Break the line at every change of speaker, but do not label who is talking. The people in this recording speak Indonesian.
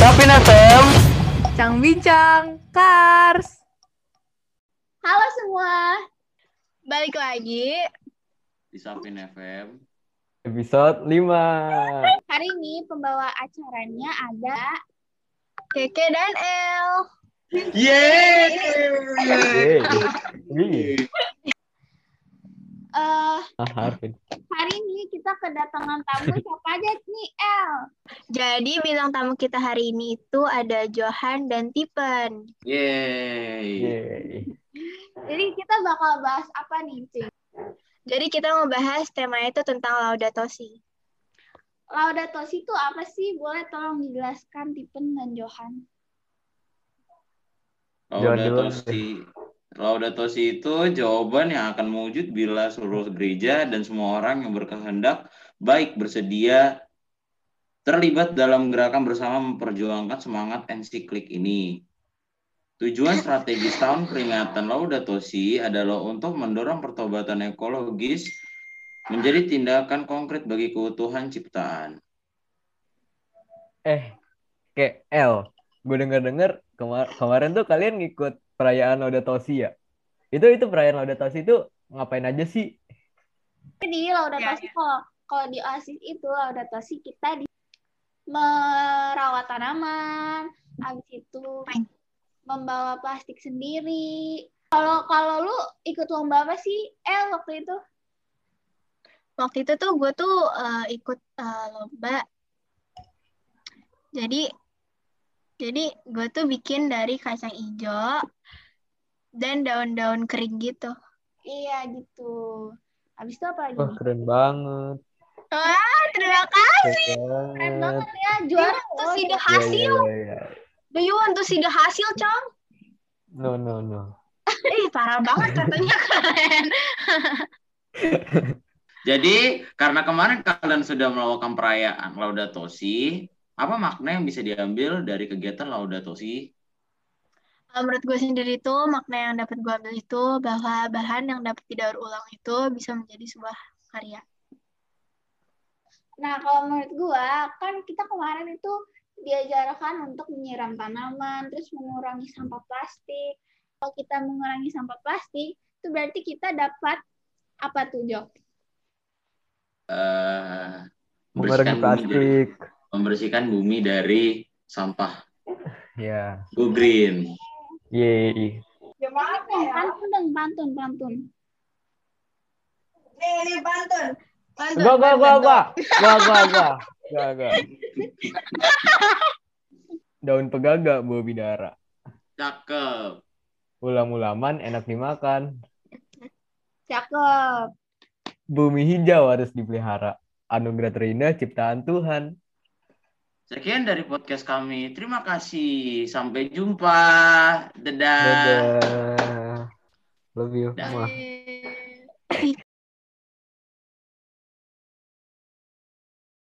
Maafin Asem.
Cang Bincang Kars.
Halo semua, balik lagi.
di Sapin FM.
Episode 5.
Hari ini pembawa acaranya ada Keke dan El.
Yeay!
Yeay. Wih,
Eh,
Harvin.
hari ini kita kedatangan tamu siapa aja nih El?
Jadi bintang tamu kita hari ini itu ada Johan dan Tipen.
Yeay!
Yeay.
Jadi kita bakal bahas apa nih, Cing?
Jadi kita mau bahas temanya itu tentang Laudato Si.
Laudato Si itu apa sih? Boleh tolong dijelaskan Tipen dan Johan.
Jangan dulu.
Laudato Si. Laudato Si itu jawaban yang akan mewujud bila seluruh gereja dan semua orang yang berkehendak baik bersedia terlibat dalam gerakan bersama memperjuangkan semangat ensiklik ini. Tujuan strategis tahun peringatan Laudato Si adalah untuk mendorong pertobatan ekologis menjadi tindakan konkret bagi keutuhan ciptaan.
Eh, KL. Gue denger-denger kemar kemarin tuh kalian ngikut perayaan Laudatosi ya? Itu itu perayaan Laudatosi itu ngapain aja sih?
Jadi Laudato
Ya,
Si kalau kalau di Oasis itu Laudato Si kita di merawat tanaman, habis itu membawa plastik sendiri. Kalau kalau lu ikut lomba apa sih? El waktu itu
Waktu itu tuh gue tuh eh, ikut eh, lomba. Jadi jadi gue tuh bikin dari kacang hijau dan daun-daun kering gitu.
Iya gitu. Habis itu apa lagi?
Wah, keren banget.
Wah, terima kasih.
Keren
Keren banget.
banget ya juara
Oh, Tuh
oh,
si the
Iya,
hasil.
iya, iya, iya.
Do you want to see the hasil, Cong?
No, no, no.
Ih, parah banget katanya keren.
Jadi karena kemarin kalian sudah melakukan perayaan Laudato Si, apa makna yang bisa diambil dari kegiatan Laudato Si?
Kalau menurut gue sendiri itu makna yang dapat gue ambil itu bahwa bahan yang dapat didaur ulang itu bisa menjadi sebuah karya.
Nah kalau menurut gua kan kita kemarin itu diajarkan untuk menyiram tanaman, terus mengurangi sampah plastik. Kalau kita mengurangi sampah plastik, itu berarti kita dapat apa tuh Jo?
Eh,
Mengurangi plastik.
dari, membersihkan bumi dari sampah.
Ya.
Go green.
Yeay.
Pantun dong, pantun, pantun.
Gua, gua, gua, gua. Gua, gua, gua. Gua, gua. Daun pegaga bau bidara.
Cakep.
Ulam-ulaman enak dimakan.
Cakep.
Bumi hijau harus dipelihara. Anugerah terindah ciptaan Tuhan.
Sekian dari podcast kami. Terima kasih. Sampai jumpa. Dadah.
Dadah. Love you.
Dah.
Mwah.
Ih,